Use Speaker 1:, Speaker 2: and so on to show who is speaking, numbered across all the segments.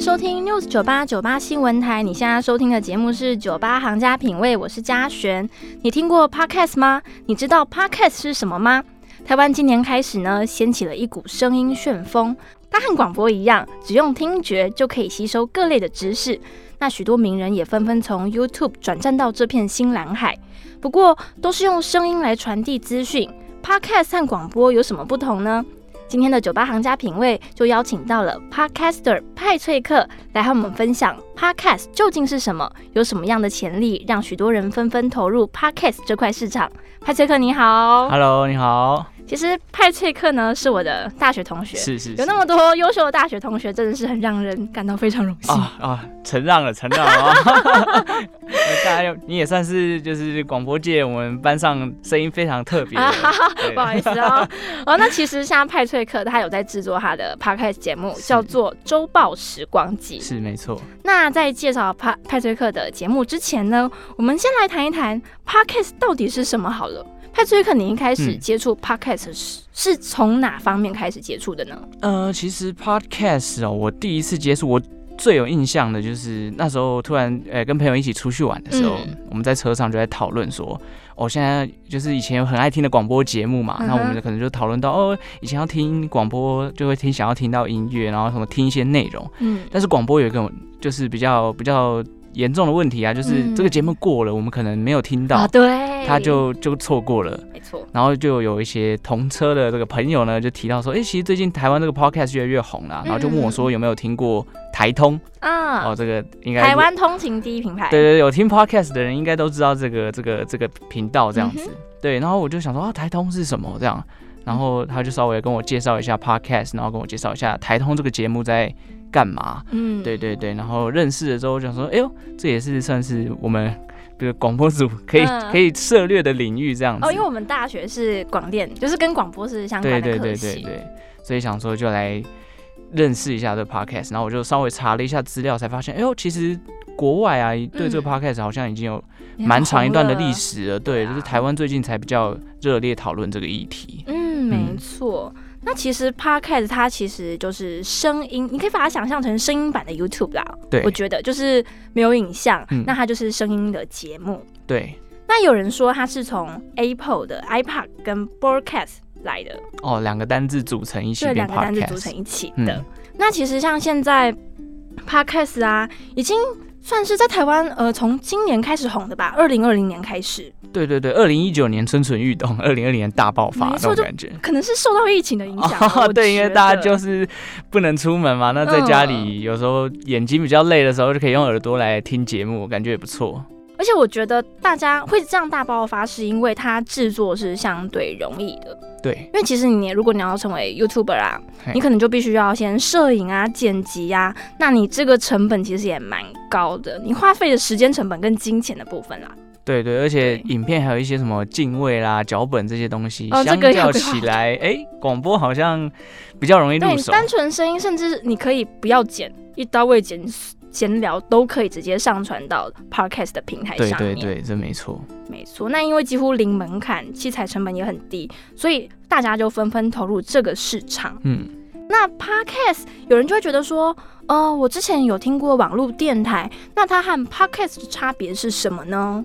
Speaker 1: 收听 News 九八九八新闻台。你现在收听的节目是《九八行家品味》，我是嘉璇。你听过 Podcast 吗？你知道 Podcast 是什么吗？台湾今年开始呢，掀起了一股声音旋风。它和广播一样，只用听觉就可以吸收各类的知识。那许多名人也纷纷从 YouTube 转战到这片新蓝海，不过都是用声音来传递资讯。Podcast 和广播有什么不同呢？今天的酒吧行家品味就邀请到了 Podcaster 派翠克来和我们分享 Podcast 究竟是什么，有什么样的潜力，让许多人纷纷投入 Podcast 这块市场。派翠克你好
Speaker 2: Hello，你好，
Speaker 1: 其实派翠克呢是我的大学同学，
Speaker 2: 是是
Speaker 1: 有那么多优秀的大学同学，真的是很让人感到非常荣
Speaker 2: 是
Speaker 1: 幸。
Speaker 2: 啊啊，承让了，承让 了啊！大家你也算是就是广播界我们班上声音非常特别的
Speaker 1: 啊哈哈，
Speaker 2: 对
Speaker 1: 不好意思 哦。哦，那其实现在派翠克他有在制作他的 podcast 节目，
Speaker 2: 是
Speaker 1: 叫做《周报时光机》。
Speaker 2: 是没错，
Speaker 1: 那在介绍派派翠克的节目之前呢，我们先来谈一谈 podcast 到底是什么好了。派翠克，你一开始
Speaker 2: 嗯
Speaker 1: 接触 podcast 是、是从哪方面开始接触的呢？
Speaker 2: 呃，其实 podcast 哦，我第一次接触，我最有印象的就是那时候突然呃跟朋友一起出去玩的时候，
Speaker 1: 嗯
Speaker 2: 我们在车上就在讨论说，哦，现在就是以前有很爱听的广播节目嘛，
Speaker 1: 嗯哼
Speaker 2: 那我们可能就讨论到哦，以前要听广播就会听想要听到音乐，然后什么听一些内容，
Speaker 1: 嗯，
Speaker 2: 但是广播有一个就是比较比较严重的问题啊，就是
Speaker 1: 嗯
Speaker 2: 这个节目过了，我们可能没有听
Speaker 1: 啊，
Speaker 2: 到，
Speaker 1: 对，
Speaker 2: 他就就错过了。
Speaker 1: 没错，
Speaker 2: 然后就有一些同车的这个朋友呢，就提到说，哎、其实最近台湾这个 podcast 越来越红啦、
Speaker 1: 嗯
Speaker 2: 然后就问我说有没有听过台通？
Speaker 1: 啊，
Speaker 2: 哦，这个应该
Speaker 1: 台湾通勤第一品牌，
Speaker 2: 对对对，有听 podcast 的人应该都知道这个这个这个频道这样子。
Speaker 1: 嗯
Speaker 2: 对，然后我就想说啊，台通是什么这样？然后他就稍微跟我介绍一下 podcast，然后跟我介绍一下台通这个节目在干嘛。
Speaker 1: 嗯，
Speaker 2: 对对对，然后认识了之后就想说，哎呦，这也是算是我们这个广播组可以、
Speaker 1: 嗯
Speaker 2: 可以涉略的领域这样子。
Speaker 1: 哦，因为我们大学是广电，就是跟广播是相
Speaker 2: 对
Speaker 1: 关
Speaker 2: 对
Speaker 1: 的科
Speaker 2: 对对
Speaker 1: 系。
Speaker 2: 对，所以想说就来认识一下这 podcast，然后我就稍微查了一下资料，才发现，哎呦，其实国外啊对这个
Speaker 1: 嗯
Speaker 2: podcast 好像已经有
Speaker 1: 你看
Speaker 2: 蛮长一段的
Speaker 1: 红了
Speaker 2: 历。史了，
Speaker 1: 对
Speaker 2: 对，
Speaker 1: 啊
Speaker 2: 就是台湾最近才比较热烈讨论这个议题。
Speaker 1: 嗯，没
Speaker 2: 嗯
Speaker 1: 错。那其实 podcast 它其实就是声音，你可以把它想象成声音版的 YouTube 啦。
Speaker 2: 对
Speaker 1: 我觉得就是没有影像，
Speaker 2: 嗯
Speaker 1: 那它就是声音的节目。
Speaker 2: 对，
Speaker 1: 那有人说它是从 Apple 的 iPod 跟 Broadcast 来的，
Speaker 2: 哦，两个单字组成一起
Speaker 1: 这
Speaker 2: 变
Speaker 1: 两个单字组
Speaker 2: podcast
Speaker 1: 成。一起的。
Speaker 2: 嗯，
Speaker 1: 那其实像现在 podcast 啊，已经算是在台湾呃从今年开始红的吧，二零二零年开始，
Speaker 2: 对对对，二零一九年蠢蠢欲动，二零二零年大爆发
Speaker 1: 没
Speaker 2: 那
Speaker 1: 错
Speaker 2: 种
Speaker 1: 就
Speaker 2: 感觉。
Speaker 1: 可能是受到疫情的影响吧、我
Speaker 2: 哦 对，因为
Speaker 1: 觉
Speaker 2: 大
Speaker 1: 得嗯
Speaker 2: 家就是不能出门嘛，那在家里有时候眼睛比较累的时候，就可以用耳朵来听节目，感觉也不错。
Speaker 1: 而且我觉得大家会这样大爆发，是因为它制作是相对容易的。
Speaker 2: 对，
Speaker 1: 因为其实你如果你要成为 YouTuber 啊
Speaker 2: 嘿，
Speaker 1: 你可能就必须要先摄影啊、剪辑啊，那你这个成本其实也蛮高的，你花费的时间成本跟金钱的部分啦。
Speaker 2: 对对，而且
Speaker 1: 对
Speaker 2: 影片还有一些什么敬畏啦、脚本这些东西，
Speaker 1: 哦这
Speaker 2: 相
Speaker 1: 个要
Speaker 2: 较
Speaker 1: 规划
Speaker 2: 起来，哎、广播好像比较容易
Speaker 1: 对
Speaker 2: 入
Speaker 1: 你
Speaker 2: 手。
Speaker 1: 单纯声音，甚至你可以不要剪，一刀未剪。闲聊都可以直接上传到 podcast 的平台
Speaker 2: 对
Speaker 1: 上
Speaker 2: 对
Speaker 1: 面，
Speaker 2: 对，这没错。
Speaker 1: 没错。那因为几乎零门槛，器材成本也很低，所以大家就纷纷投入这个市场。
Speaker 2: 嗯，
Speaker 1: 那 podcast 有人就会觉得说，哦，我之前有听过网络电台，那它和 podcast 的差别是什么呢？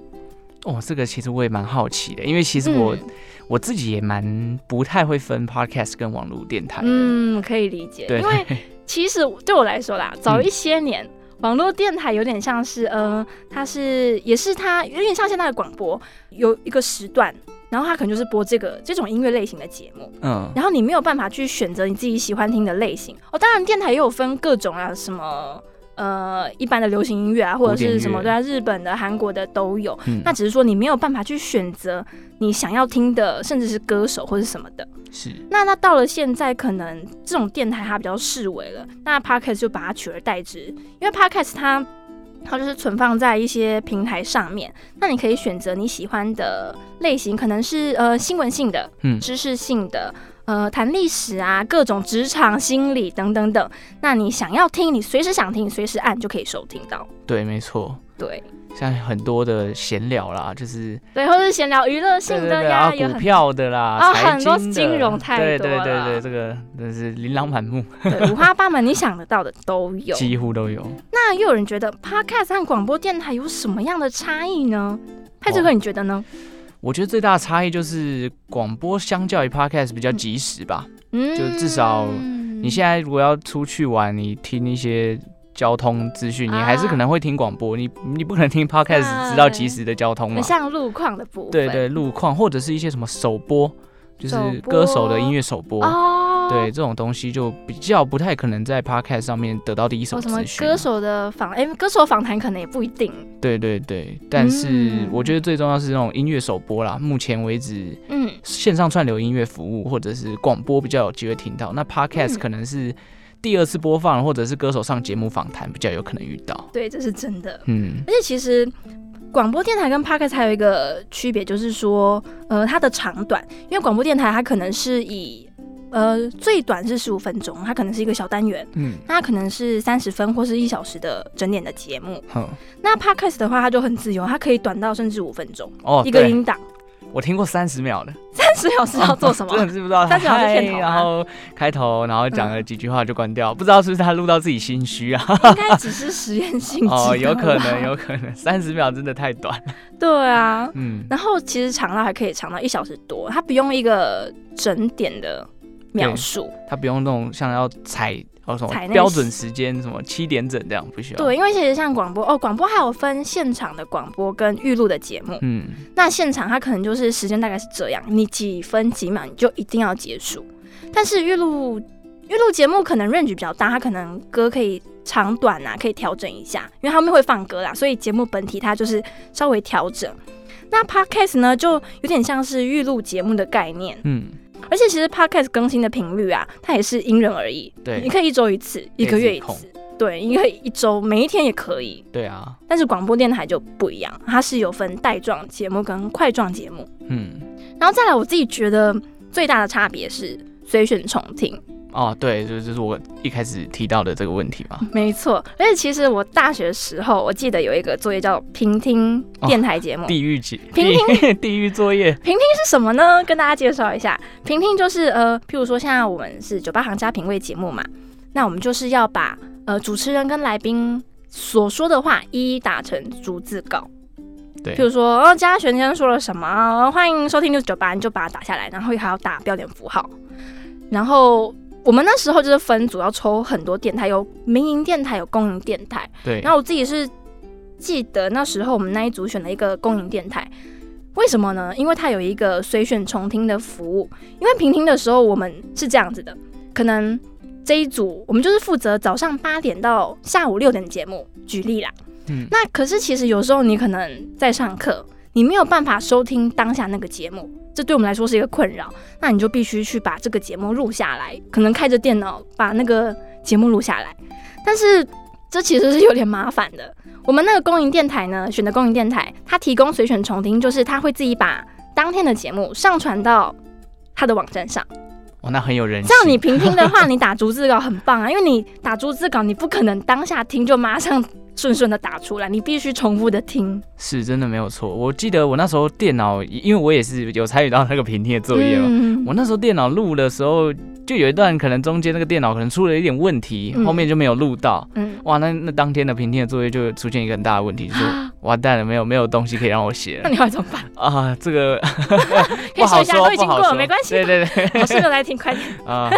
Speaker 2: 哦，这个其实我也蛮好奇的，因为其实我、
Speaker 1: 嗯
Speaker 2: 我自己也蛮不太会分 podcast 跟网络电台的。
Speaker 1: 嗯，嗯可以理解，
Speaker 2: 对，
Speaker 1: 因为其实对我来说啦，早一些年。网络电台有点像是，呃，它是也是它有点像现在的广播，有一个时段，然后它可能就是播这个这种音乐类型的节 目，
Speaker 2: 嗯，
Speaker 1: 然后你没有办法去选择你自己喜欢听的类型。哦，当然电台也有分各种啊，什么呃一般的流行音乐啊，或者是什么
Speaker 2: 古典乐
Speaker 1: 对啊，日本的、韩国的都有。
Speaker 2: 嗯
Speaker 1: 那只是说你没有办法去选择你想要听的，甚至是歌手或是什么的。
Speaker 2: 是
Speaker 1: 那那到了现在，可能这种电台它比较视为了，那 podcast 就把它取而代之，因为 podcast 它它就是存放在一些平台上面，那你可以选择你喜欢的类型，可能是呃新闻性的、
Speaker 2: 嗯
Speaker 1: 知识性的。呃谈历史啊，各种职场心理等等等。那你想要听，你随时想听，随时按就可以收听到。
Speaker 2: 对，没错，
Speaker 1: 对
Speaker 2: 像很多的闲聊啦，就是
Speaker 1: 对，或是闲聊娱乐
Speaker 2: 对
Speaker 1: 性
Speaker 2: 对
Speaker 1: 的
Speaker 2: 对，
Speaker 1: 呀，
Speaker 2: 啊，
Speaker 1: 有
Speaker 2: 股
Speaker 1: 很
Speaker 2: 票的啦，
Speaker 1: 啊
Speaker 2: 财
Speaker 1: 很多
Speaker 2: 经的
Speaker 1: 金融啊太
Speaker 2: 对
Speaker 1: 多
Speaker 2: 对对
Speaker 1: 了
Speaker 2: 对，这个真是琳琅满目，
Speaker 1: 对五花八门，你想得到的都 有。
Speaker 2: 几乎都有。
Speaker 1: 那又有人觉得 podcast 和广播电台有什么样的差异呢？派这哥，
Speaker 2: 哦
Speaker 1: 你觉得呢？
Speaker 2: 我觉得最大的差异就是广播相较于 podcast 比较及时吧。
Speaker 1: 嗯，
Speaker 2: 哦就至少
Speaker 1: 你
Speaker 2: 你现在如果要出去玩，你听一些交通资讯，你
Speaker 1: 啊
Speaker 2: 还是可能会听广播，你你不可能听 podcast 知道及时的交通嘛
Speaker 1: 很？像路况的部分，
Speaker 2: 对对，路况或者是一些什么首播，就是
Speaker 1: 首播
Speaker 2: 歌手的音乐首播。
Speaker 1: 哦，
Speaker 2: 对，这种东西就比较不太可能在 podcast 上面得到第一手
Speaker 1: 哦什么
Speaker 2: 资讯。
Speaker 1: 歌手的访，哎、歌手访谈可能也不一定，
Speaker 2: 对对对，但是
Speaker 1: 嗯
Speaker 2: 我觉得最重要是那种音乐首播啦。目前为止，
Speaker 1: 嗯，
Speaker 2: 线上串流音乐服务或者是广播比较有机会听到，那 podcast
Speaker 1: 嗯
Speaker 2: 可能是第二次播放，或者是歌手上节目访谈比较有可能遇到。
Speaker 1: 对，这是真的。
Speaker 2: 嗯，
Speaker 1: 而且其实广播电台跟 podcast 还有一个区别，就是说，呃，它的长短，因为广播电台它可能是以呃最短是十五分钟，它可能是一个小单元，
Speaker 2: 嗯，
Speaker 1: 那它可能是三十分或是一小时的整点的节目。
Speaker 2: 哼，
Speaker 1: 那 podcast 的话，它就很自由，它可以短到甚至五分钟、
Speaker 2: 哦，
Speaker 1: 一个
Speaker 2: 对
Speaker 1: 音档，
Speaker 2: 我听过三十秒的，
Speaker 1: 三十小时要做什
Speaker 2: 哦真
Speaker 1: 么？
Speaker 2: 的是不知道他
Speaker 1: 30秒是片头啊嗯吗
Speaker 2: 嗨然后开头，然后讲了几句话就关掉，不知道是不是他录到自己心虚啊？
Speaker 1: 应该只是实验性质
Speaker 2: 哦，
Speaker 1: 的
Speaker 2: 有可能，
Speaker 1: 吧
Speaker 2: 有可能，三十秒真的太短。
Speaker 1: 对 啊。
Speaker 2: 嗯，
Speaker 1: 然后其实长到还可以长到一小时多，它不用一个整点的描述。
Speaker 2: 他不用那种像要踩。哦，什
Speaker 1: 踩那
Speaker 2: 么
Speaker 1: 个
Speaker 2: 标准时间？什么七点整这样不需要？
Speaker 1: 对，，因为其实像广播哦，广播还有分现场的广播跟预录的节目。
Speaker 2: 嗯，
Speaker 1: 那现场它可能就是时间大概是这样，你几分几秒你就一定要结束。但是预录预录节目可能 range 比较大，它可能歌可以长短啊，可以调整一下，因为他们会放歌啦，所以节目本体它就是稍微调整。那 podcast 呢，就有点像是预录节目的概念，
Speaker 2: 嗯，
Speaker 1: 而且其实 podcast 更新的频率啊，它也是因人而异，你
Speaker 2: 对，
Speaker 1: 可以一周一次，一个月一
Speaker 2: 可以自
Speaker 1: 次，对，你可以一周每一天也可以。
Speaker 2: 对啊，
Speaker 1: 但是广播电台就不一样，它是有分带状节目跟块状节目。
Speaker 2: 嗯，
Speaker 1: 然后再来，我自己觉得最大的差别是随选重听，
Speaker 2: 哦，对，就就是我一开始提到的这个问题嘛。
Speaker 1: 没错。而且其实我大学时候，我记得有一个作业叫平听电台节目，
Speaker 2: 地狱节，
Speaker 1: 平
Speaker 2: 地地狱 作业，
Speaker 1: 是什么呢？跟大家介绍一下，平听就是呃，譬如说现在我们是酒吧行家品味节目嘛，那我们就是要把呃主持人跟来宾所说的话一一打成逐字稿。
Speaker 2: 对
Speaker 1: 譬如说，哦，嘉璇今天说了什么？呃欢迎收听六九八，你就把它打下来，然后还要打标点符号。然后我们那时候就是分组要抽很多电台，有民营电台，有公营电台。
Speaker 2: 对
Speaker 1: 然，后我自己是记得那时候我们那一组选了一个公营电台，为什么呢？因为它有一个随选重听的服务。因为平听的时候我们是这样子的，可能这一组我们就是负责早上八点到下午六点的节目，举例啦。
Speaker 2: 嗯，
Speaker 1: 那可是其实有时候你可能在上课，你没有办法收听当下那个节目，这对我们来说是一个困扰。那你就必须去把这个节目录下来，可能开着电脑把那个节目录下来。但是这其实是有点麻烦的。我们那个公营电台呢，选的公营电台，它提供随选重听，就是它会自己把当天的节目上传到它的网站上。
Speaker 2: 哦，那很有人气，
Speaker 1: 这样你平听的话，你打逐字稿很棒啊，因为你打逐字稿，你不可能当下听就马上顺顺的打出来，你必须重复的听。
Speaker 2: 是真的没有错。我记得我那时候电脑，因为我也是有参与到那个平贴作业嘛，
Speaker 1: 嗯
Speaker 2: 我那时候电脑录的时候，就有一段可能中间那个电脑可能出了一点问题，
Speaker 1: 嗯
Speaker 2: 后面就没有录到。
Speaker 1: 嗯，
Speaker 2: 哇，那那当天的平贴作业就出现一个很大的问题，就是
Speaker 1: 啊
Speaker 2: 完蛋了，没有没有东西可以让我写
Speaker 1: 那
Speaker 2: 了
Speaker 1: 你要怎么办？
Speaker 2: 啊！这个
Speaker 1: 可
Speaker 2: 不
Speaker 1: 以说
Speaker 2: 好
Speaker 1: 一下，
Speaker 2: 说，
Speaker 1: 都已经
Speaker 2: 不好
Speaker 1: 过了，
Speaker 2: 说
Speaker 1: 没关系
Speaker 2: 对。对对，
Speaker 1: 老师没有来听，快 点，
Speaker 2: 啊，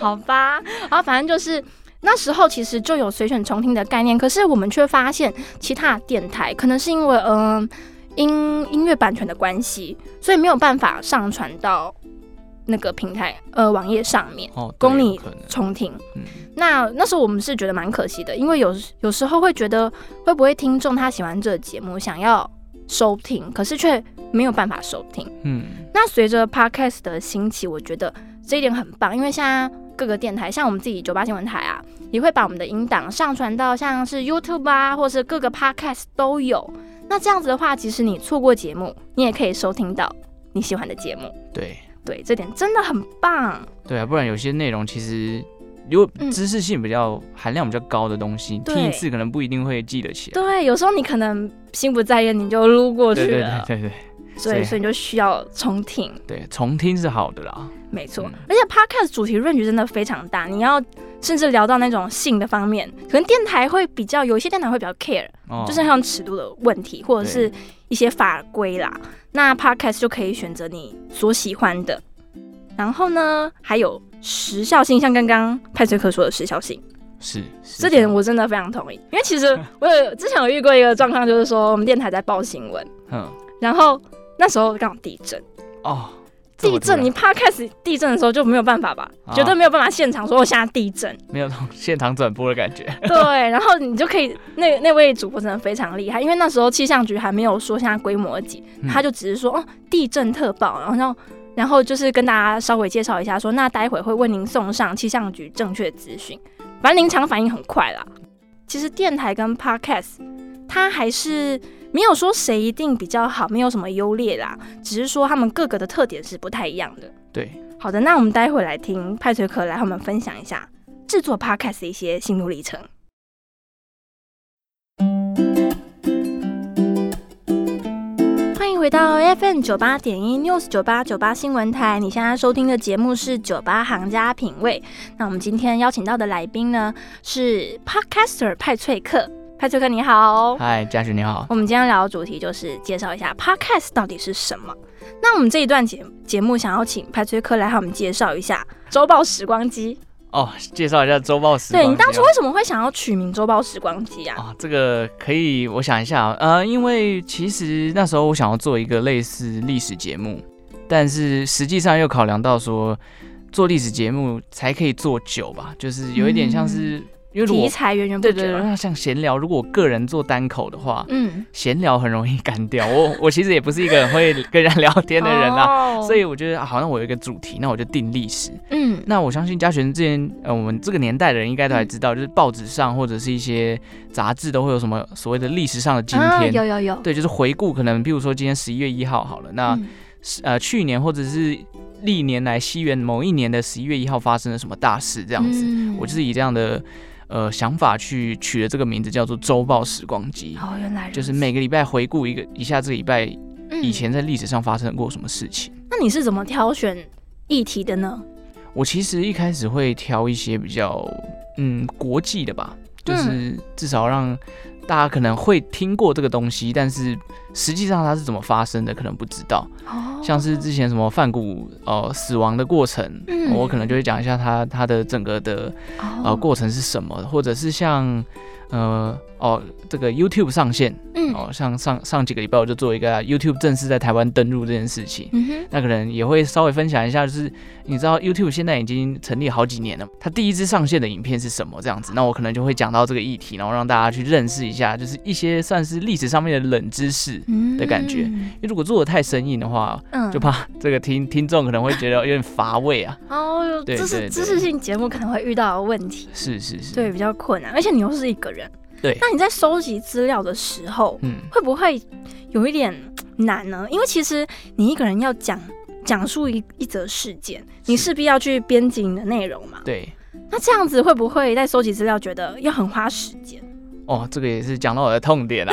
Speaker 1: 好吧。然后反正就是那时候其实就有随选重听的概念，可是我们却发现其他电台可能是因为嗯、音音乐版权的关系，所以没有办法上传到那个平台呃网页上面
Speaker 2: 哦，
Speaker 1: 供
Speaker 2: 对
Speaker 1: 你
Speaker 2: 有可能，
Speaker 1: 重听。
Speaker 2: 嗯，
Speaker 1: 那那时候我们是觉得蛮可惜的，因为有有时候会觉得会不会听众他喜欢这个节目，想要收听，可是却没有办法收听。
Speaker 2: 嗯，
Speaker 1: 那随着 podcast 的兴起，我觉得这一点很棒，因为现在各个电台，像我们自己九八新闻台啊，也会把我们的音档上传到像是 YouTube 啊，或是各个 podcast 都有。那这样子的话，即使你错过节目，你也可以收听到你喜欢的节目。
Speaker 2: 对，
Speaker 1: 对，这点真的很棒。
Speaker 2: 对啊，不然有些内容其实如果
Speaker 1: 嗯
Speaker 2: 知识性比较含量比较高的东西，
Speaker 1: 对
Speaker 2: 听一次可能不一定会记得起来。
Speaker 1: 对，有时候你可能心不在焉，你就撸过去
Speaker 2: 对对
Speaker 1: 了
Speaker 2: 对，对对
Speaker 1: 所
Speaker 2: 所
Speaker 1: 以
Speaker 2: 以
Speaker 1: 所以你就需要重听。
Speaker 2: 对，重听是好的啦。
Speaker 1: 没错，
Speaker 2: 嗯
Speaker 1: 而且 podcast 主题论据真的非常大，你要甚至聊到那种性的方面，可能电台会比较有一些电台会比较 care，、
Speaker 2: 哦，
Speaker 1: 就是像尺度的问题或者是一些法规啦。那 podcast 就可以选择你所喜欢的。然后呢，还有时效性，像刚刚派崔克说的时效性，
Speaker 2: 是是
Speaker 1: 这点我真的非常同意。因为其实 我有之前有遇过一个状况，就是说我们电台在报新闻，
Speaker 2: 嗯
Speaker 1: 然后那时候刚好地震。
Speaker 2: 哦，这
Speaker 1: 地
Speaker 2: 么突
Speaker 1: 震，
Speaker 2: 然
Speaker 1: 你怕开始地震的时候就没有办法吧？
Speaker 2: 啊
Speaker 1: 绝对没有办法现场说我现在地 震。
Speaker 2: 没有那种现场转播的感觉。
Speaker 1: 对，然后你就可以，那那位主播真的非常厉害，因为那时候气象局还没有说现在规模几，
Speaker 2: 嗯
Speaker 1: 他就只是说哦地震特报，然后然后然后就是跟大家稍微介绍一下说那待会会为您送上气象局正确资讯。反正临场反应很快啦。其实电台跟 podcast 它还是没有说谁一定比较好，没有什么优劣啦，只是说他们各个的特点是不太一样的。
Speaker 2: 对，
Speaker 1: 好的，那我们待会来听派崔克来和我们分享一下制作 podcast 的一些心路历程。欢迎回到 FM 九八点一 News 九八九八新闻台，你现在收听的节目是《酒吧行家品味》。那我们今天邀请到的来宾呢是 podcaster 派翠克，派翠克你好。
Speaker 2: 嗨，嘉许你好。
Speaker 1: 我们今天聊的主题就是介绍一下 podcast 到底是什么。那我们这一段节节目想要请派崔克来和我们介绍一下《周报时光机》
Speaker 2: 哦，介绍一下周报时光
Speaker 1: 对
Speaker 2: 机啊。
Speaker 1: 你当初为什么会想要取名《周报时光机》啊？
Speaker 2: 啊，这个可以，我想一下啊，呃，因为其实那时候我想要做一个类似历史节目，但是实际上又考量到说，做历史节目才可以做久吧，就是有一点像是，因为如
Speaker 1: 嗯题
Speaker 2: 果
Speaker 1: 材源源不啊
Speaker 2: 对
Speaker 1: 绝。
Speaker 2: 对对，那像闲聊，如果我个人做单口的话，
Speaker 1: 嗯，
Speaker 2: 闲聊很容易干掉。我我其实也不是一个很会跟人家聊天的人啦、
Speaker 1: 啊
Speaker 2: 所
Speaker 1: 以
Speaker 2: 以我觉得、啊好像我有一个主题，那我就定历史。
Speaker 1: 嗯
Speaker 2: 那我相信嘉璇之前，呃，我们这个年代的人应该都还
Speaker 1: 嗯
Speaker 2: 知道，就是报纸上或者是一些杂志都会有什么所谓的历史上的今
Speaker 1: 啊
Speaker 2: 天，
Speaker 1: 有有有，
Speaker 2: 对，就是回顾，可能比如说今天十一月一号好了，那、
Speaker 1: 嗯
Speaker 2: 是呃去年或者是历年来西元某一年的十一月一号发生了什么大事这样子，
Speaker 1: 嗯
Speaker 2: 我就是以这样的呃想法去取了这个名字，叫做《周报时光机》。
Speaker 1: 哦，原来如此
Speaker 2: 就是每个礼拜回顾一个一下这个礼拜以、
Speaker 1: 嗯
Speaker 2: 前在历史上发生过什么事情。
Speaker 1: 那你是怎么挑选议题的呢？
Speaker 2: 我其实一开始会挑一些比较嗯国际的吧，就是至少让大家可能会听过这个东西，但是实际上它是怎么发生的可能不知道。
Speaker 1: 哦，
Speaker 2: 像是之前什么范谷呃死亡的过程，
Speaker 1: 嗯
Speaker 2: 我可能就会讲一下它它的整个的呃
Speaker 1: 哦
Speaker 2: 过程是什么，或者是像呃哦这个 YouTube 上线
Speaker 1: 嗯
Speaker 2: 哦，像上上几个礼拜我就做一个啊 YouTube 正式在台湾登陆这件事情。
Speaker 1: 嗯哼
Speaker 2: 那可能也会稍微分享一下，就是你知道 YouTube 现在已经成立好几年了，它第一支上线的影片是什么这样子，那我可能就会讲到这个议题，然后让大家去认识一下，就是一些算是历史上面的冷知识。
Speaker 1: 嗯
Speaker 2: 因的感觉，为如果做的太生硬的话，
Speaker 1: 嗯
Speaker 2: 就怕这个听听众可能会觉得有点乏味啊。
Speaker 1: 哦，
Speaker 2: 对
Speaker 1: 这
Speaker 2: 对
Speaker 1: 是
Speaker 2: 对
Speaker 1: 知识性节目可能会遇到的问题。
Speaker 2: 是是是，
Speaker 1: 对，比较困难，而且你又是一个人。
Speaker 2: 对
Speaker 1: 那你在收集资料的时候，
Speaker 2: 嗯，
Speaker 1: 会不会有一点嗯难呢？因为其实你一个人要讲讲述一一则事件，你
Speaker 2: 是
Speaker 1: 势必要去编辑你的内容嘛。
Speaker 2: 对。
Speaker 1: 那这样子会不会在收集资料觉得要很花时间？
Speaker 2: 哦，这个也是讲到我的痛点啊。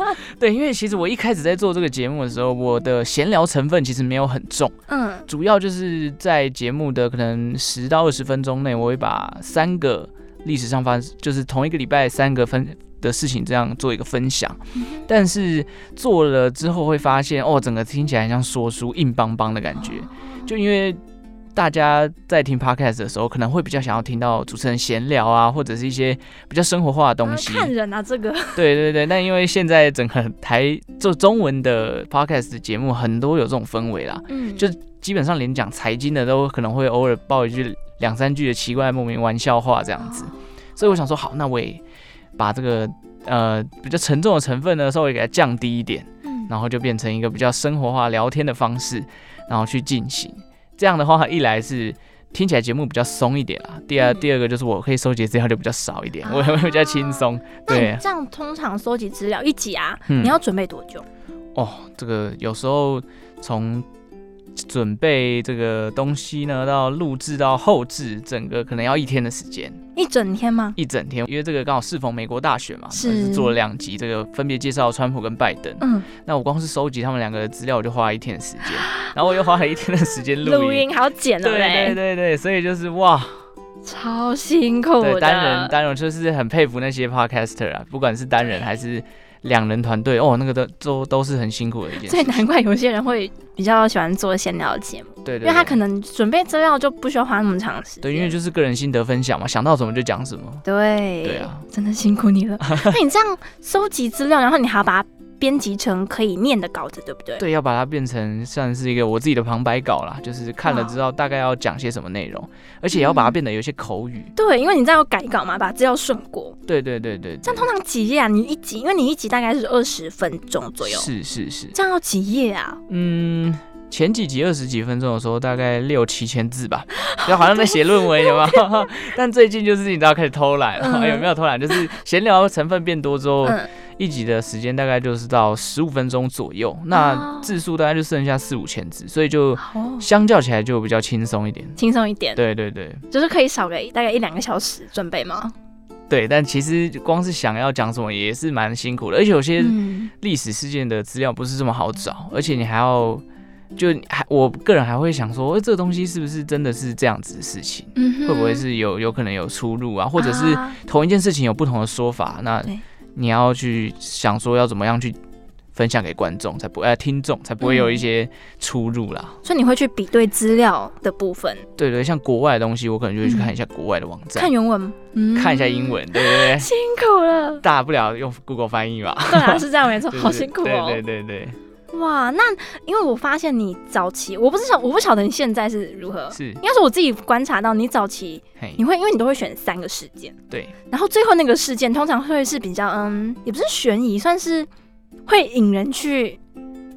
Speaker 2: 对，因为其实我一开始在做这个节目的时候，我的闲聊成分其实没有很重，
Speaker 1: 嗯，
Speaker 2: 主要就是在节目的可能十到二十分钟内，我会把三个历史上发生，就是同一个礼拜三个分的事情这样做一个分享。
Speaker 1: 嗯
Speaker 2: 但是做了之后会发现，哦，整个听起来很像说书，硬邦邦的感觉。
Speaker 1: 哦
Speaker 2: 就因为大家在听 podcast 的时候，可能会比较想要听到主持人闲聊啊，或者是一些比较生活化的东
Speaker 1: 啊
Speaker 2: 西。
Speaker 1: 看人啊，这个
Speaker 2: 对对对，但因为现在整个台做中文的 podcast 节目很多有这种氛围啦，
Speaker 1: 嗯，
Speaker 2: 就基本上连讲财经的都可能会偶尔爆一句两三句的奇怪莫名玩笑话这样子，所以我想说，好，那我也把这个呃比较沉重的成分呢稍微给它降低一点，
Speaker 1: 嗯
Speaker 2: 然后就变成一个比较生活化聊天的方式，然后去进行。这样的话，一来是听起来节目比较松一点啊，第二
Speaker 1: 嗯
Speaker 2: 第二个就是我可以收集资料就比较少一点，
Speaker 1: 啊
Speaker 2: 我也会比较轻松。
Speaker 1: 那你
Speaker 2: 对
Speaker 1: 这样通常收集资料一集啊，
Speaker 2: 嗯
Speaker 1: 你要准备多久？
Speaker 2: 哦，这个有时候从准备这个东西呢，到录制到后制，整个可能要一天的时间，
Speaker 1: 一整天吗？
Speaker 2: 一整天，因为这个刚好适逢美国大选嘛，
Speaker 1: 是
Speaker 2: 我们做了两集，这个分别介绍川普跟拜 登。
Speaker 1: 嗯，
Speaker 2: 那我光是收集他们两个的资料，我就花了一天的时间，然后我又花了一天的时间录
Speaker 1: 录音好剪哦
Speaker 2: 对对
Speaker 1: 嘞，
Speaker 2: 对对，所以就是哇，
Speaker 1: 超辛苦
Speaker 2: 对
Speaker 1: 的。
Speaker 2: 单人单人就是很佩服那些 podcaster 啊，不管是单人还是两人团队，哦，那个都都都是很辛苦的一件事。
Speaker 1: 所以难怪有些人会比较喜欢做闲聊节目，
Speaker 2: 对对
Speaker 1: 因为他可
Speaker 2: 能
Speaker 1: 能准备资料就不需要花那么长时间。
Speaker 2: 对，因为就是个人心得分享嘛，想到什么就讲什么。
Speaker 1: 对
Speaker 2: 对啊，
Speaker 1: 真的辛苦你 了。那你这样收集资料，然后你还要把它编辑成可以念的稿子，对不对？
Speaker 2: 对，要把它变成算是一个我自己的旁白稿啦，就是看了
Speaker 1: 哇嗯
Speaker 2: 知道大概要讲些什么内容，而且也要把它变得有一些口语。
Speaker 1: 对，因为你这样要改稿嘛，把资料顺过。
Speaker 2: 对对对对，
Speaker 1: 这样
Speaker 2: 对
Speaker 1: 通常几页啊？你一集，因为你一集大概是二十分钟左右，
Speaker 2: 是是是，
Speaker 1: 这样要几页啊？
Speaker 2: 嗯。前几集二十几分钟的时候，大概六七千字吧，就好像在写论文，有没有？ 但最近就是你知道开始偷懒了，哎
Speaker 1: 嗯
Speaker 2: 有没有偷懒？就是闲聊成分变多之后，
Speaker 1: 嗯，
Speaker 2: 一集的时间大概就是到十五分钟左右，
Speaker 1: 哦
Speaker 2: 那字数大概就剩下四五千字，所以就
Speaker 1: 好，
Speaker 2: 相较起来就比较轻松一点。
Speaker 1: 轻松一点，
Speaker 2: 对对对
Speaker 1: 就是可以少个大概一两个小时准备吗？
Speaker 2: 对，但其实光是想要讲什么也是蛮辛苦的，而且有些
Speaker 1: 嗯，
Speaker 2: 历史事件的资料不是这么好找，而且你还要就你还我个人还会想说，诶这个东西是不是真的是这样子的事情？
Speaker 1: 嗯哼
Speaker 2: 会不会是有有可能有出入啊，或者是
Speaker 1: 啊
Speaker 2: 同一件事情有不同的说法？那
Speaker 1: 对
Speaker 2: 你要去想说要怎么样去分享给观众，才不呃听众才不
Speaker 1: 嗯
Speaker 2: 会有一些出入啦。
Speaker 1: 所以你会去比对资料的部分，
Speaker 2: 对对，像国外的东西，我可能
Speaker 1: 嗯
Speaker 2: 就会去看一下国外的网站，
Speaker 1: 看原文，嗯
Speaker 2: 看一下英，文，对对对，。
Speaker 1: 辛苦了
Speaker 2: 大不了用 Google 翻译嘛。
Speaker 1: 对啊，是这样没错，
Speaker 2: 对
Speaker 1: 好辛苦哦。
Speaker 2: 对对对对，
Speaker 1: 哇，那因为我发现你早期，我不是想，我不晓得你现在是如何
Speaker 2: 对，是
Speaker 1: 应该是我自己观察到你早期
Speaker 2: 嘿
Speaker 1: 你，会，因为你都会选三个事件，
Speaker 2: 对
Speaker 1: 然后最后那个事件通常会是比较嗯，也不是悬疑，算是会引人去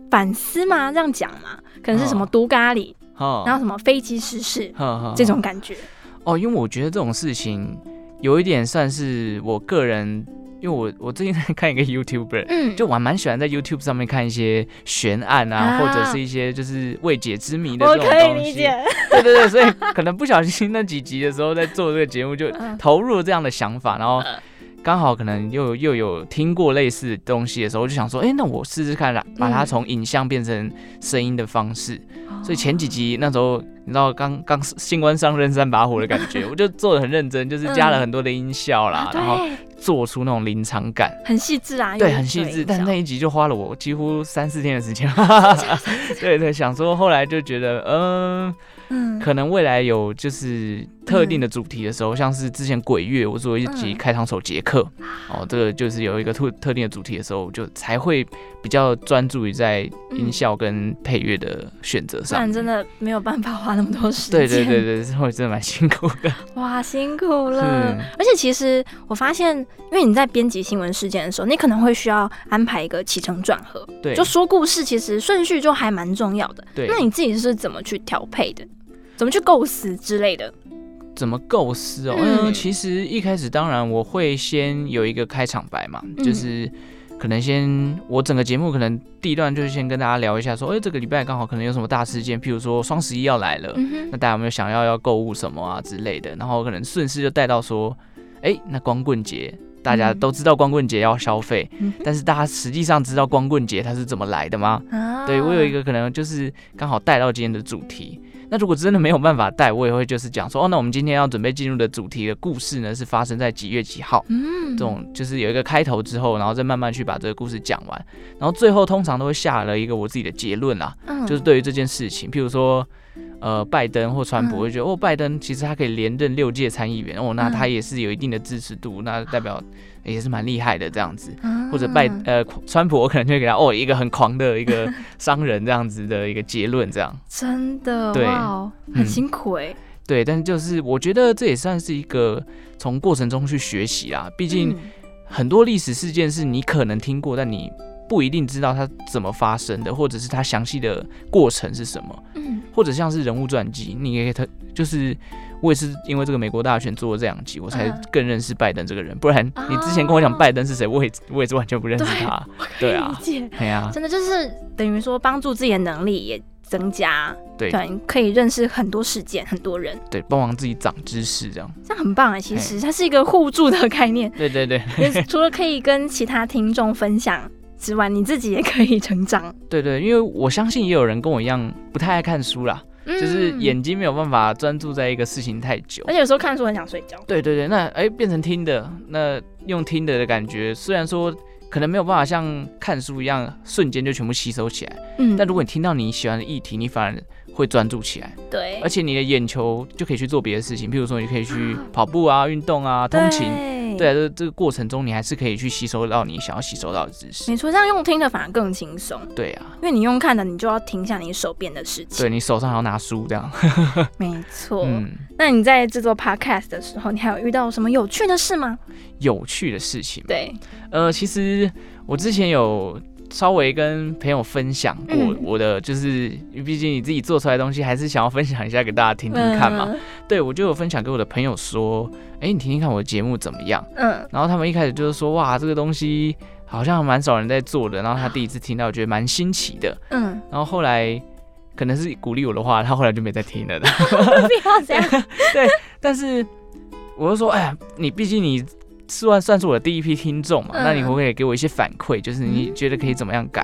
Speaker 1: 反思吗？这样讲嘛，可能是什么
Speaker 2: 哦
Speaker 1: 毒咖喱，
Speaker 2: 哈
Speaker 1: 然后什么飞机失事、
Speaker 2: 哈哈
Speaker 1: 这种感觉。
Speaker 2: 哦，因为我觉得这种事情有一点算是我个人，因为我我最近在看一个 YouTuber，
Speaker 1: 嗯，
Speaker 2: 就我还蛮喜欢在 YouTube 上面看一些悬案啊，
Speaker 1: 啊
Speaker 2: 或者是一些就是未解之谜的
Speaker 1: 我
Speaker 2: 这种
Speaker 1: 可以
Speaker 2: 东
Speaker 1: 理
Speaker 2: 西。，
Speaker 1: 解
Speaker 2: 对对对，所以可能不小心那几集的时候在做这个节目，就
Speaker 1: 嗯
Speaker 2: 投入了这样的想法，然后
Speaker 1: 嗯
Speaker 2: 刚好可能又又有听过类似的东西的时候，我就想说，哎、那我试试看啦，把它
Speaker 1: 嗯
Speaker 2: 从影像变成声音的方式。所以前几集那时候，你知道刚刚新官上任三把火的感觉，我就做的很认真，就是加了很多的音效啦
Speaker 1: 啊，
Speaker 2: 然后
Speaker 1: 对，
Speaker 2: 做出那种临场感。
Speaker 1: 很细致啊，
Speaker 2: 对，
Speaker 1: 有
Speaker 2: 很细
Speaker 1: 有
Speaker 2: 致，
Speaker 1: 影
Speaker 2: 但
Speaker 1: 响
Speaker 2: 那一集就花了我几乎三四天的时间。 对对，想说后来就觉得，嗯，
Speaker 1: 嗯，
Speaker 2: 可能未来有就是特定的主题的时候，像是之前鬼月，我做一集
Speaker 1: 嗯
Speaker 2: 开膛手杰克，哦，这个就是有一个特特定的主题的时候，就才会比较专注于在音效跟配乐的选择
Speaker 1: 嗯不
Speaker 2: 上
Speaker 1: 然。嗯真的没有办法花那么多时间。
Speaker 2: 对对对对，所以真的蛮辛苦的。
Speaker 1: 哇，辛苦了
Speaker 2: 是！
Speaker 1: 而且其实我发现，因为你在编辑新闻事件的时候，你可能会需要安排一个起承转合，
Speaker 2: 对，
Speaker 1: 就说故事，其实顺序就还蛮重要的。
Speaker 2: 对
Speaker 1: 那你自己是怎么去调配的？怎么去构思之类的？
Speaker 2: 怎么构思哦？
Speaker 1: 嗯
Speaker 2: 嗯，其实一开始当然我会先有一个开场白嘛，
Speaker 1: 嗯
Speaker 2: 就是可能先我整个节目可能第一段就是先跟大家聊一下说，哎、这个礼拜刚好可能有什么大事件，譬如说双十一要来了，
Speaker 1: 嗯
Speaker 2: 那大家有没有想要要购物什么啊之类的？然后可能顺势就带到说，哎、那光棍节。大家
Speaker 1: 嗯
Speaker 2: 都知道光棍节要消费，
Speaker 1: 嗯
Speaker 2: 但是大家实际上知道光棍节它是怎么来的吗？
Speaker 1: 哼，啊
Speaker 2: 对我有一个可能就是刚好带到今天的主题。那如果真的没有办法带，我也会就是讲说，哦，那我们今天要准备进入的主题的故事呢，是发生在几月几号。
Speaker 1: 嗯
Speaker 2: 这种就是有一个开头之后，然后再慢慢去把这个故事讲完，然后最后通常都会下了一个我自己的结论啦，
Speaker 1: 嗯
Speaker 2: 就是对于这件事情，譬如说，呃，拜登或川普，
Speaker 1: 嗯
Speaker 2: 我会觉得哦，拜登其实他可以连任六届参议员，哦，那
Speaker 1: 嗯
Speaker 2: 他也是有一定的支持度，那代表也是蛮厉害的这样子。
Speaker 1: 啊
Speaker 2: 或者拜呃川普，我可能就会给他哦一个很狂的一 个商人这样子的一个结论，这样
Speaker 1: 真的
Speaker 2: 对
Speaker 1: 哇哦，很
Speaker 2: 嗯
Speaker 1: 辛苦哎。
Speaker 2: 对。但是就是我觉得这也算是一个从过程中去学习啦，毕
Speaker 1: 毕
Speaker 2: 竟很多历史事件是你可能听过，但你不一定知道它怎么发生的，或者是它详细的过程是什么，
Speaker 1: 嗯
Speaker 2: 或者像是人物传记，你也可以就是。我也是因为这个美国大选做了这两集，我才
Speaker 1: 嗯
Speaker 2: 更认识拜登这个人。不然你之前跟我
Speaker 1: 哦
Speaker 2: 讲拜登是谁，我也我也是完全不认 识
Speaker 1: 对
Speaker 2: 他。
Speaker 1: 我可以
Speaker 2: 对啊
Speaker 1: 理解
Speaker 2: 对呀、
Speaker 1: 真的就是等于说帮助自己的能力也增加，
Speaker 2: 对
Speaker 1: 对，你可以认识很多事件、很多人，
Speaker 2: 对，帮忙自己长知识这样。
Speaker 1: 这样很棒啊！其实它是一个互助的概 念，
Speaker 2: 对对对
Speaker 1: 就是除了可以跟其他听众分享之外，你自己也可以成长，
Speaker 2: 对对，因为我相信也有人跟我一样不太爱看书啦，就是
Speaker 1: 嗯。哎
Speaker 2: 眼睛没有办法专注在一个事情太久。
Speaker 1: 而且有时候看书很想睡觉，
Speaker 2: 对对对，那哎变成听的，那用听的的感觉，虽然说可能没有办法像看书一样瞬间就全部吸收起来，
Speaker 1: 嗯，
Speaker 2: 但如果你听到你喜欢的议题，你反而会专注起来，
Speaker 1: 对，
Speaker 2: 而且你的眼球就可以去做别的事情，譬如说你可以去跑步啊、运动啊、通勤。
Speaker 1: 对
Speaker 2: 对啊，这这个过程中你还是可以去吸收到你想要吸收到的知识。
Speaker 1: 没错，这样用听的反而更轻松，
Speaker 2: 对啊，
Speaker 1: 因为你用看的，你就要停下你手边的事情。
Speaker 2: 对你手上还要拿书这样。
Speaker 1: 没错。
Speaker 2: 嗯，
Speaker 1: 那你在制作 podcast 的时候，你还有遇到什么有趣的事吗？
Speaker 2: 有趣的事情。
Speaker 1: 对，
Speaker 2: 呃，其实我之前有稍微跟朋友分享过
Speaker 1: 嗯
Speaker 2: 我的，就是因为毕竟你自己做出来的东西，还是想要分享一下给大家听听看嘛。
Speaker 1: 嗯
Speaker 2: 对，我就有分享给我的朋友说，哎、你听听看我的节目怎么样？
Speaker 1: 嗯，
Speaker 2: 然后他们一开始就是说，哇，这个东西好像蛮少人在做的，然后他第一次听到，觉得蛮新奇的。
Speaker 1: 嗯
Speaker 2: 然后后来可能是鼓励我的话，他后来就没再听了。
Speaker 1: 嗯，不要这样。
Speaker 2: 但是我就说，哎呀，你毕竟你算算是我的第一批听众嘛，
Speaker 1: 嗯
Speaker 2: 那你可不可以给我一些反馈？就是你觉得可以怎么样改？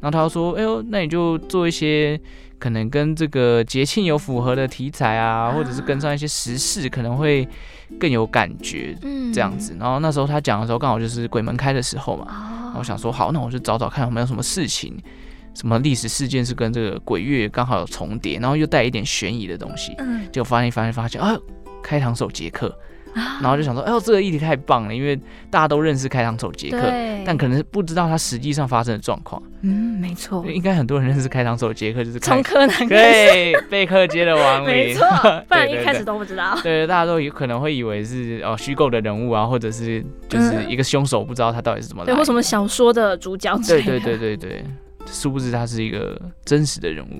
Speaker 2: 然后他就说，哎呦，那你就做一些可能跟这个节庆有符合的题材啊，或者是跟上一些时事，可能会更有感觉
Speaker 1: 嗯，
Speaker 2: 这样子。然后那时候他讲的时候，刚好就是鬼门开的时候嘛，
Speaker 1: 哦
Speaker 2: 然后我想说，好，那我就找找看有没有什么事情。什么历史事件是跟这个鬼月刚好有重叠，然后又带一点悬疑的东西，
Speaker 1: 嗯
Speaker 2: 就发现发现发现啊，开膛手杰克，
Speaker 1: 啊，
Speaker 2: 然后就想说，哎呦，这个议题太棒了，因为大家都认识开膛手杰克，
Speaker 1: 对，
Speaker 2: 但可能是不知道他实际上发生的状况。
Speaker 1: 嗯，没错，
Speaker 2: 应该很多人认识开膛手杰克，就是开
Speaker 1: 从柯南开始，
Speaker 2: 对贝克街的 亡
Speaker 1: 没
Speaker 2: 灵，，
Speaker 1: 错不然
Speaker 2: 对
Speaker 1: 一
Speaker 2: 对
Speaker 1: 开
Speaker 2: 对
Speaker 1: 始都不知道。
Speaker 2: 对，大家都有可能会以为是哦虚构的人物啊，或者是就是
Speaker 1: 嗯
Speaker 2: 一个凶手，不知道他到底是怎么来
Speaker 1: 对，
Speaker 2: 的。
Speaker 1: 或什么小说的主角之类
Speaker 2: 对
Speaker 1: 的。
Speaker 2: 对对对对，殊不知他是一个真实的人物。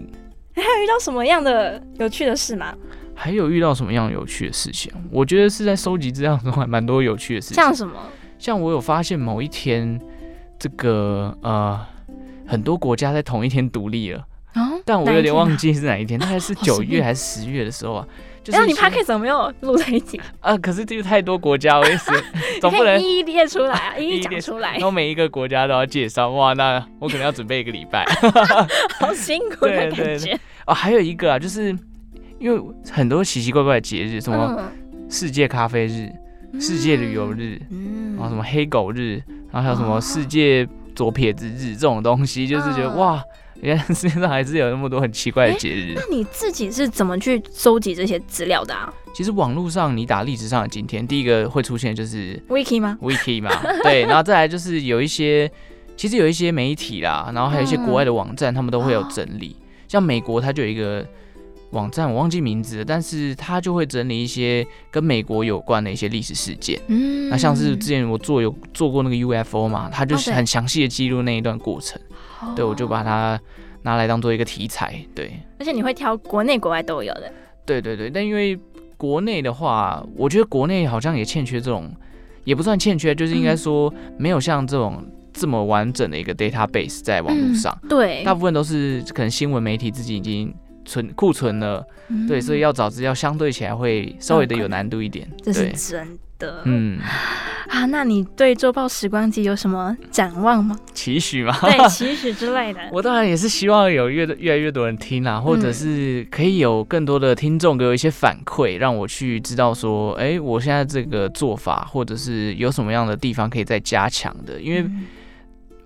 Speaker 1: 遇到什么样的有趣的事吗？
Speaker 2: 还有遇到什么样有趣的事情？啊我觉得是在收集资料中还蛮多有趣的事情。
Speaker 1: 像什么？
Speaker 2: 像我有发现某一天，这个呃，很多国家在同一天独立了，
Speaker 1: 哦，
Speaker 2: 但我有点
Speaker 1: 哪
Speaker 2: 忘
Speaker 1: 一天啊。
Speaker 2: 记是哪一天，大概是
Speaker 1: 好
Speaker 2: 九
Speaker 1: 神秘
Speaker 2: 月还是十月的时候啊。就
Speaker 1: 然哎
Speaker 2: 是
Speaker 1: 后你
Speaker 2: 一些
Speaker 1: podcast 有没有录在一起？
Speaker 2: 啊，可是这个太多国家，我一时
Speaker 1: 你
Speaker 2: 总不
Speaker 1: 可
Speaker 2: 能
Speaker 1: 以一一列出来啊，一
Speaker 2: 一
Speaker 1: 一
Speaker 2: 一
Speaker 1: 讲
Speaker 2: 列
Speaker 1: 出来
Speaker 2: 然，后每一个国家都要介绍哇，那我可能要准备一个礼 拜
Speaker 1: 好辛苦的
Speaker 2: 对对
Speaker 1: 感觉。
Speaker 2: 哦。还有一个啊，就是因为很多奇奇怪怪的节日，什么
Speaker 1: 嗯
Speaker 2: 世界咖啡日、世界旅游？日，
Speaker 1: 嗯
Speaker 2: 然后什么黑狗日，然后还有什么
Speaker 1: 哦
Speaker 2: 世界左撇子日这种东西，就是觉得、
Speaker 1: 嗯
Speaker 2: 哇，原来世界上还是有那么多很奇怪的节日。
Speaker 1: 那你自己是怎么去收集这些资料的啊
Speaker 2: 其实网络上你打历史上的今天，第一个会出现就是
Speaker 1: ？Wiki 吗？
Speaker 2: Wiki 嘛，对，然后再来就是有一些，其实有一些媒体啦，然后还有一些
Speaker 1: 嗯
Speaker 2: 国外的网站，他们都会
Speaker 1: 哦
Speaker 2: 有整理。像美国，它就有一个网站，我忘记名字了，但是它就会整理一些跟美国有关的一些历史事件。
Speaker 1: 嗯
Speaker 2: 那像是之前我做有做过那个 UFO 嘛，他就
Speaker 1: 哦对
Speaker 2: 很详细的记录那一段过程，对我就把，
Speaker 1: 哦
Speaker 2: 它拿来当做一个题材，对，
Speaker 1: 而且你会挑国内国外都有的，
Speaker 2: 对对对，但因为国内的话，我觉得国内好像也欠缺这种，也不算欠缺，就是应该说没有像这种这么完整的一个 database 在网络上，
Speaker 1: 对
Speaker 2: 大，部分都是可能新闻媒体自己已经存库存了，对，所以
Speaker 1: 要
Speaker 2: 要找资料相对起来会稍微的有难度一点，
Speaker 1: 嗯这是
Speaker 2: 对，
Speaker 1: 真的。
Speaker 2: 嗯，
Speaker 1: 啊，那你对周报时光机有什么展望 吗？
Speaker 2: 期许嘛，
Speaker 1: 对，期许之类的。
Speaker 2: 我当然也是希望有越越来越多人听啦、或者是可以有更多的听众给我一些反馈，让我去知道说，哎、我现在这个做法，或者是有什么样的地方可以再加强的。因为
Speaker 1: 嗯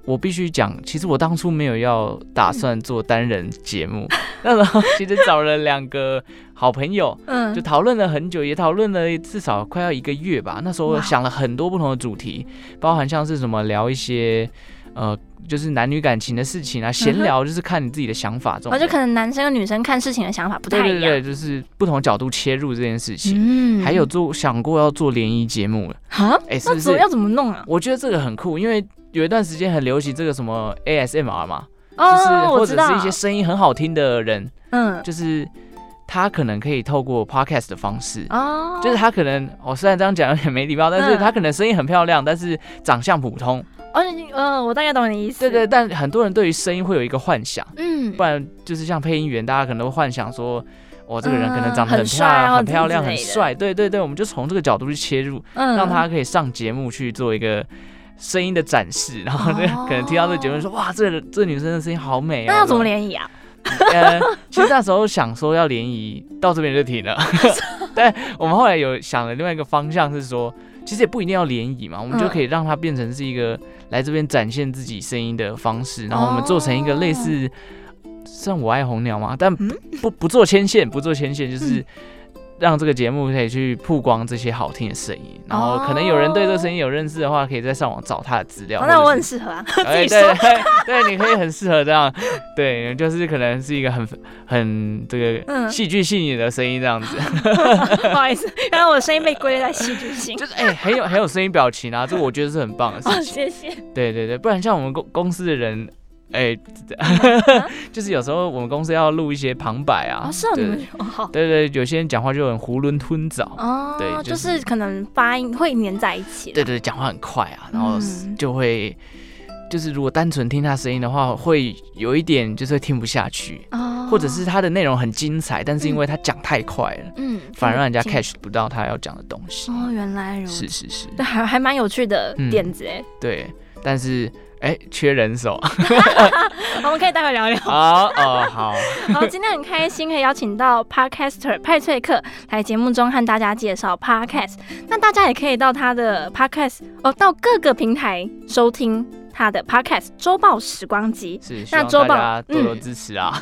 Speaker 2: 我必须讲，其实我当初没有要打算做单人节目， 那时候其实找了两个好朋友，
Speaker 1: 嗯，
Speaker 2: 就讨论了很久，也讨论了至少快要一个月吧。那时候
Speaker 1: 哇
Speaker 2: 想了很多不同的主题，包含像是什么聊一些呃，就是男女感情的事情啊，
Speaker 1: 嗯
Speaker 2: 闲聊就是看你自己的想法这种
Speaker 1: 而
Speaker 2: 的。
Speaker 1: 且可能男生跟女生看事情的想哦法不
Speaker 2: 对
Speaker 1: 太
Speaker 2: 对
Speaker 1: 一样
Speaker 2: 对，。就是不同角度切入这件事情。
Speaker 1: 嗯
Speaker 2: 还有做想过要做联谊节目了，
Speaker 1: 啊，
Speaker 2: 哎、是
Speaker 1: 那怎
Speaker 2: 不是
Speaker 1: 么？要怎么弄啊？
Speaker 2: 我觉得这个很酷，因为有一段时间很流行这个什么 ASMR 嘛，就是
Speaker 1: 哦，
Speaker 2: 或
Speaker 1: 我知
Speaker 2: 者是
Speaker 1: 道
Speaker 2: 一，些声音很好听的人，
Speaker 1: 嗯，
Speaker 2: 就是他可能可以透过 podcast 的方式，
Speaker 1: 哦，
Speaker 2: 就是他可能，我、虽然这样讲有点没礼貌，但是
Speaker 1: 嗯
Speaker 2: 他可能声音很漂亮，但是长相普通，
Speaker 1: 哦，你呃，我大概懂你的意思。
Speaker 2: 对对，，但很多人对于声音会有一个幻想，
Speaker 1: 嗯
Speaker 2: 不，然就是像配音员，大家可能会幻想说，哦，这个人可能
Speaker 1: 嗯
Speaker 2: 长得
Speaker 1: 很
Speaker 2: 很
Speaker 1: 帅啊
Speaker 2: 漂亮、很
Speaker 1: 或者
Speaker 2: 漂亮、
Speaker 1: 之
Speaker 2: 很
Speaker 1: 类的
Speaker 2: 帅。对对对，我们就从这个角度去切入，
Speaker 1: 嗯
Speaker 2: 让他可以上节目去做一个声音的展示，然后呢，
Speaker 1: 哦
Speaker 2: 可能听到这个节目说，哇，这个这女生的声音好美啊。
Speaker 1: 那要怎么联谊啊？
Speaker 2: 呃，其实那时候想说要联谊，到这边就停了。 但我们后来有想了另外一个方向，是说其实也不一定要联谊嘛，我们就
Speaker 1: 嗯
Speaker 2: 可以让它变成是一个来这边展现自己声音的方式，然后我们做成一个类似算我爱红鸟嘛，但
Speaker 1: 哦嗯
Speaker 2: 不不做牵线，不做牵线，就是
Speaker 1: 嗯
Speaker 2: 让这个节目可以去曝光这些好听的声音。然后可能有人对这个声音有认识的话，可以再上网找他的资料。
Speaker 1: 哦那
Speaker 2: 或者
Speaker 1: 我
Speaker 2: 是
Speaker 1: 很适合啊， 自
Speaker 2: 哎，
Speaker 1: 己
Speaker 2: 对
Speaker 1: 说。
Speaker 2: 对，你可以很适合这样，对，就是可能是一个很很这
Speaker 1: 嗯
Speaker 2: 个 戏剧性的声音这样 子，
Speaker 1: 不好意思，刚刚我的声音被归类在戏剧 性。
Speaker 2: 就是哎、很有很有声音表情啊，这我觉得是很棒的
Speaker 1: 哦，
Speaker 2: 事情。
Speaker 1: 谢谢。
Speaker 2: 对对对，不然像我们公公司的人，哎、 就是有时候我们公司要录一些旁白啊，
Speaker 1: 哦，是哦，你
Speaker 2: 对
Speaker 1: 们哦，好
Speaker 2: 对对，有些人讲话就很囫囵吞枣，
Speaker 1: 哦，
Speaker 2: 对
Speaker 1: 就
Speaker 2: 就是是
Speaker 1: 可能发音会粘在一起。
Speaker 2: 对，对，讲话很快啊，然后
Speaker 1: 嗯
Speaker 2: 就会。就是如果单纯听他声音的话，会有一点就是会听不下去，
Speaker 1: 哦，
Speaker 2: 或者是它的内容很精彩，但是因为它讲太快了，
Speaker 1: 嗯，
Speaker 2: 反而让人家
Speaker 1: 听不清
Speaker 2: catch 不到他要讲的东西。
Speaker 1: 哦，原来如此
Speaker 2: 是。是是，
Speaker 1: 对，还还蛮有趣的
Speaker 2: 嗯
Speaker 1: 点子哎，
Speaker 2: 对。但是哎、缺人手。
Speaker 1: 我们可以待会聊 聊。
Speaker 2: 好哦，好，
Speaker 1: 好，今天很开心可以邀请到 Podcaster 派翠克来节目中和大家介绍 Podcast。那大家也可以到他的 Podcast 哦，到各个平台收听他的 Podcast《周报时光集》。
Speaker 2: 是希
Speaker 1: 那
Speaker 2: 望
Speaker 1: 周报
Speaker 2: 大家多多
Speaker 1: 嗯
Speaker 2: 支持啊。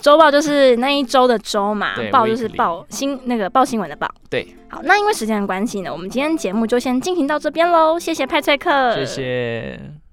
Speaker 1: 周报就是那一周的周嘛，
Speaker 2: 对
Speaker 1: 报就是
Speaker 2: ，weekly
Speaker 1: 报新那个报新闻的报。
Speaker 2: 对，
Speaker 1: 好，呃那因为时间的关系呢，我们今天节目就先进行到这边喽，谢谢派翠克，
Speaker 2: 谢谢。